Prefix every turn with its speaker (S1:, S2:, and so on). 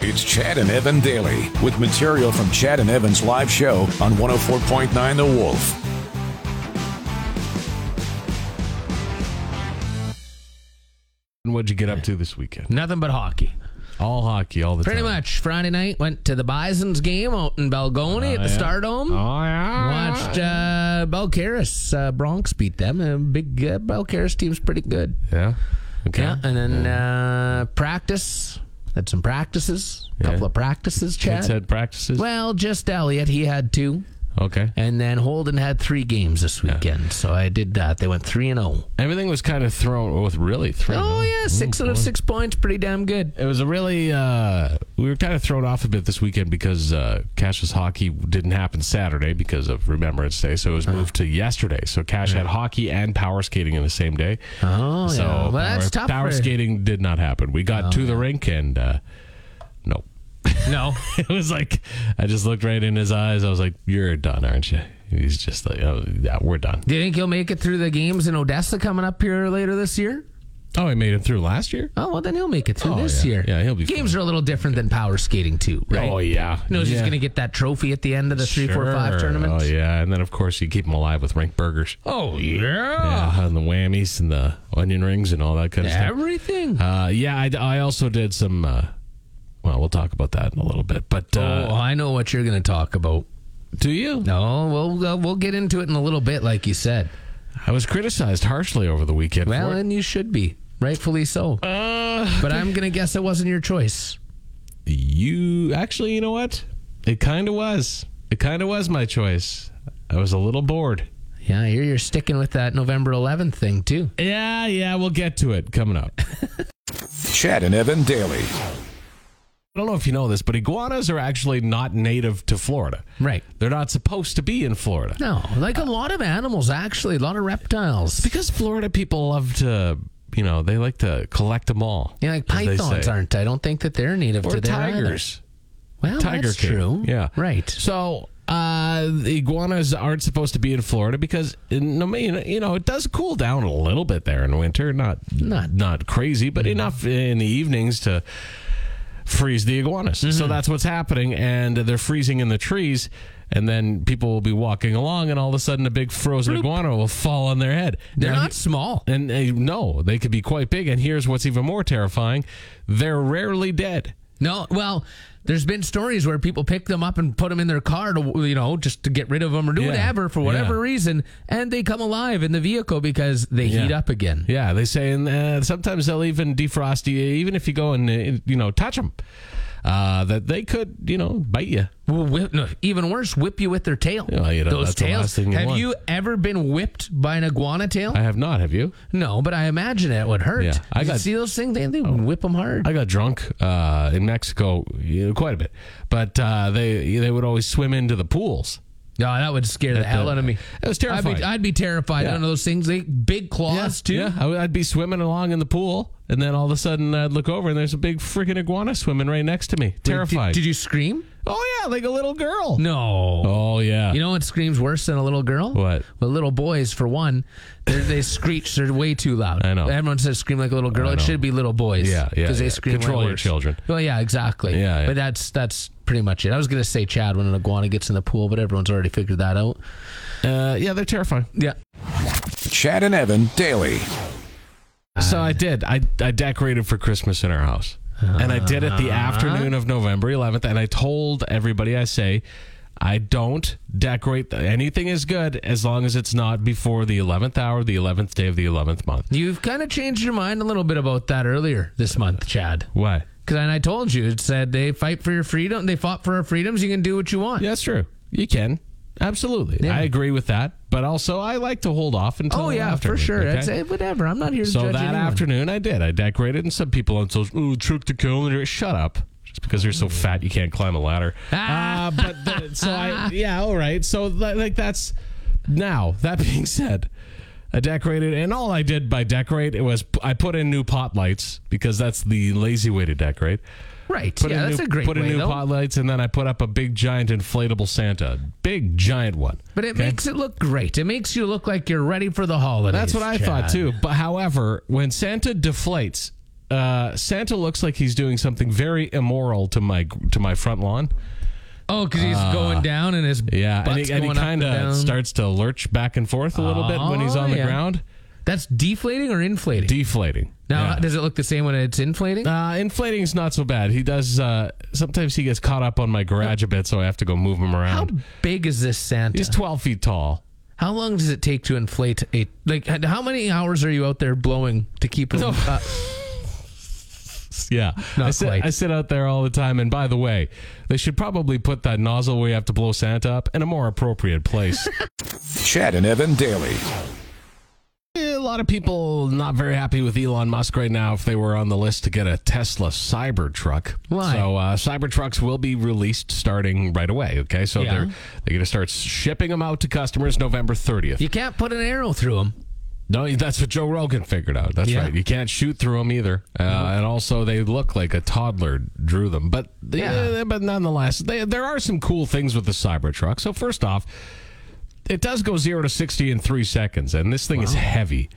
S1: It's Chad and Evan Daily with material from Chad and Evan's live show on 104.9 The Wolf.
S2: And what'd you get up to this weekend?
S3: Nothing but hockey.
S2: All hockey, all the
S3: Pretty
S2: time.
S3: much. Friday night went to the Bison's game out in Belgoni at the
S2: yeah.
S3: Stardome.
S2: Oh yeah.
S3: Watched uh, Belcaris uh, Bronx beat them. And big uh, Belcaris team's pretty good.
S2: Yeah. Okay.
S3: Yeah, and then uh, practice. Had some practices. A couple
S2: Yeah.
S3: of practices,
S2: Kids
S3: Chad.
S2: had practices.
S3: Well, just Elliot. He had two.
S2: okay.
S3: And then Holden had three games this weekend. So I did that. They went 3 and oh. 0.
S2: Everything was kind of thrown. Oh, with really thrown.
S3: Oh, yeah. Six out of six points. Pretty damn good.
S2: It was a really. Uh, we were kind of thrown off a bit this weekend because uh, Cash's hockey didn't happen Saturday because of Remembrance Day, so it
S3: Uh-huh.
S2: was moved to yesterday. So Cash had hockey and power skating in the same day.
S3: Oh,
S2: so
S3: yeah. Well,
S2: power,
S3: that's tough.
S2: power
S3: for- Oh,
S2: skating did not happen. We got to the rink and uh, nope.
S3: No.
S2: it was like I just looked right in his eyes. I was like, "You're done, aren't you?" He's just like, "Oh, yeah, we're done."
S3: Do you think he'll make it through the games in Odessa coming up here later this year?
S2: Oh, he made it through last year.
S3: Oh well, then he'll make it through
S2: Oh,
S3: this
S2: yeah.
S3: year.
S2: Yeah, he'll be
S3: Games are a little different than power skating too, right?
S2: Oh yeah,
S3: He knows
S2: yeah.
S3: he's going to get that trophy at the end of the three, four, five
S2: Sure.
S3: tournament.
S2: Oh yeah, and then of course you keep him alive with rink burgers.
S3: Oh, yeah.
S2: Yeah, and the whammies and the onion rings and all that kind of stuff.
S3: everything.
S2: Uh, yeah, I, I also did some. Uh, well, we'll talk about that in a little bit. But uh,
S3: oh, I know what you're going to talk about.
S2: do you?
S3: No, we'll uh, we'll get into it in a little bit, like you said.
S2: I was criticized harshly over the weekend.
S3: Well,
S2: for it.
S3: and you should be, rightfully so.
S2: uh,
S3: But I'm going to guess it wasn't your choice.
S2: you actually, you know what? It kind of was. It kind of was my choice. I was a little bored.
S3: Yeah, you're you're sticking with that November 11th thing too.
S2: Yeah, yeah, we'll get to it coming up.
S1: Chad and Evan Daily.
S2: I don't know if you know this, but iguanas are actually not native to Florida.
S3: Right.
S2: They're not supposed to be in Florida.
S3: No, like
S2: Uh,
S3: a lot of animals, actually, a lot of reptiles.
S2: Because Florida people love to, you know, they like to collect them all.
S3: Yeah, like
S2: as they
S3: pythons
S2: say.
S3: aren't. I don't think that they're native
S2: Or
S3: to there either.
S2: tigers.
S3: Well,
S2: Tiger
S3: Oh, that's
S2: King.
S3: true.
S2: Yeah.
S3: right.
S2: So uh, the iguanas aren't supposed to be in Florida because in, I mean, you know it does cool down a little bit there in winter. Not
S3: Not- Mm-hmm.
S2: not not crazy, but enough in the evenings to freeze the iguanas.
S3: Mm-hmm.
S2: So that's what's happening, and they're freezing in the trees. And then people will be walking along, and all of a sudden, a big frozen iguana will fall on their head.
S3: They're
S2: Now,
S3: not small.
S2: and they, no, they could be quite big. And here's what's even more terrifying: they're rarely dead.
S3: No, well, there's been stories where people pick them up and put them in their car to you know just to get rid of them or do
S2: Yeah.
S3: whatever for whatever
S2: Yeah.
S3: reason, and they come alive in the vehicle because they
S2: Yeah.
S3: heat up again.
S2: Yeah, they say, and uh, sometimes they'll even defrost you, even if you go and uh, you know touch them. Uh, that they could, you know, bite you.
S3: Well, whip, no, even worse, whip you with their tail.
S2: Yeah, you know,
S3: Those
S2: that's the
S3: tails.
S2: last thing you
S3: have
S2: want.
S3: you ever been whipped by an iguana tail?
S2: I have not. Have you?
S3: no, but I imagine it would hurt.
S2: Yeah, I
S3: You
S2: got-
S3: see those things. They, they whip them hard.
S2: I got drunk uh, in Mexico you know, quite a bit, but uh, they they would always swim into the pools.
S3: No, that would scare the, hell out of me.
S2: It was
S3: I'd
S2: terrifying.
S3: be, I'd be terrified.
S2: Yeah.
S3: None of those things. They big claws too.
S2: Yeah, I would- I'd be swimming along in the pool, and then all of a sudden I'd look over, and there's a big freaking iguana swimming right next to me. Terrifying.
S3: Did, did you scream?
S2: oh yeah, like a little girl.
S3: No.
S2: Oh yeah.
S3: You know what screams worse than a little girl?
S2: What?
S3: Well, little boys, for one, they're- they screech. They're way too loud.
S2: I know.
S3: Everyone says scream like a little girl.
S2: I
S3: It
S2: know.
S3: should be little boys.
S2: Yeah, yeah,
S3: Because they
S2: yeah.
S3: scream. way
S2: Control your
S3: worse.
S2: children.
S3: Well, yeah, exactly.
S2: Yeah, yeah.
S3: But that's that's pretty much it. I was gonna say Chad when an iguana gets in the pool, but everyone's already figured that out.
S2: uh, yeah, they're terrifying.
S3: Yeah.
S1: Chad and Evan Daily.
S2: So I did. I, I decorated for Christmas in our house. And I did
S3: Uh-huh.
S2: it the afternoon of November 11th. And I told everybody, I say, I don't decorate. Anything is good as long as it's not before the 11th hour, the 11th day of the 11th month.
S3: You've kind of changed your mind a little bit about that earlier this month, Chad.
S2: Why?
S3: Because and I told you, it said they fight for your freedom. They fought for our freedoms. You can do what you want.
S2: Yeah, that's true. You can. Absolutely. I agree with that. But also, I like to hold off until
S3: Oh yeah,
S2: after,
S3: for sure.
S2: okay?
S3: That's it. Whatever. I'm not here to
S2: So
S3: judge
S2: that
S3: anyone.
S2: afternoon, I did. I decorated, and some people on social, ooh, trick the calendar. Shut up. Just because you're so fat, you can't climb a ladder.
S3: Mm. Ah.
S2: Uh, but the, so I, yeah, all right. So li- like that's now. That being said, I decorated, and all I did by decorate it was p- I put in new pot lights because that's the lazy way to decorate.
S3: right?
S2: Put
S3: yeah,
S2: in
S3: that's
S2: new,
S3: a great
S2: put
S3: way
S2: in new
S3: though.
S2: pot lights, and then I put up a big giant inflatable Santa, big giant one.
S3: But it
S2: Okay?
S3: makes it look great. It makes you look like you're ready for the holidays.
S2: That's what I
S3: Chad.
S2: thought too. But however, when Santa deflates, uh, Santa looks like he's doing something very immoral to my to my front lawn.
S3: Oh, because he's going down and his
S2: Uh, Yeah, and
S3: butt's
S2: he, and he
S3: going up
S2: kind of
S3: down.
S2: starts to lurch back and forth a little bit when he's
S3: Oh,
S2: on the
S3: yeah.
S2: ground,
S3: That's deflating or inflating?
S2: deflating.
S3: now,
S2: Yeah.
S3: does it look the same when it's inflating?
S2: Uh, inflating is not so bad. He does. Uh, sometimes he gets caught up on my garage a bit, so I have to go move him
S3: How
S2: around.
S3: big is this Santa?
S2: He's twelve feet tall.
S3: How long does it take to inflate a like? h- How many hours are you out there blowing to keep uh, it? up?
S2: Yeah,
S3: Not
S2: I sit,
S3: quite.
S2: I sit out there all the time. And by the way, they should probably put that nozzle where you have to blow Santa up in a more appropriate place.
S1: Chad and Evan daily.
S2: a lot of people not very happy with Elon Musk right now. If they were on the list to get a Tesla Cybertruck,
S3: Why?
S2: So uh, Cybertrucks will be released starting right away. Okay, so
S3: Yeah.
S2: they're they're going to start shipping them out to customers November thirtieth.
S3: you can't put an arrow through them.
S2: No, that's what Joe Rogan figured out. That's
S3: Yeah. Mm-hmm.
S2: right. You can't shoot through them either, uh, and also they look like a toddler drew them. But
S3: Yeah.
S2: uh, but nonetheless, they, there are some cool things with the Cybertruck. So first off, it does go zero to sixty in three seconds, and this thing is heavy.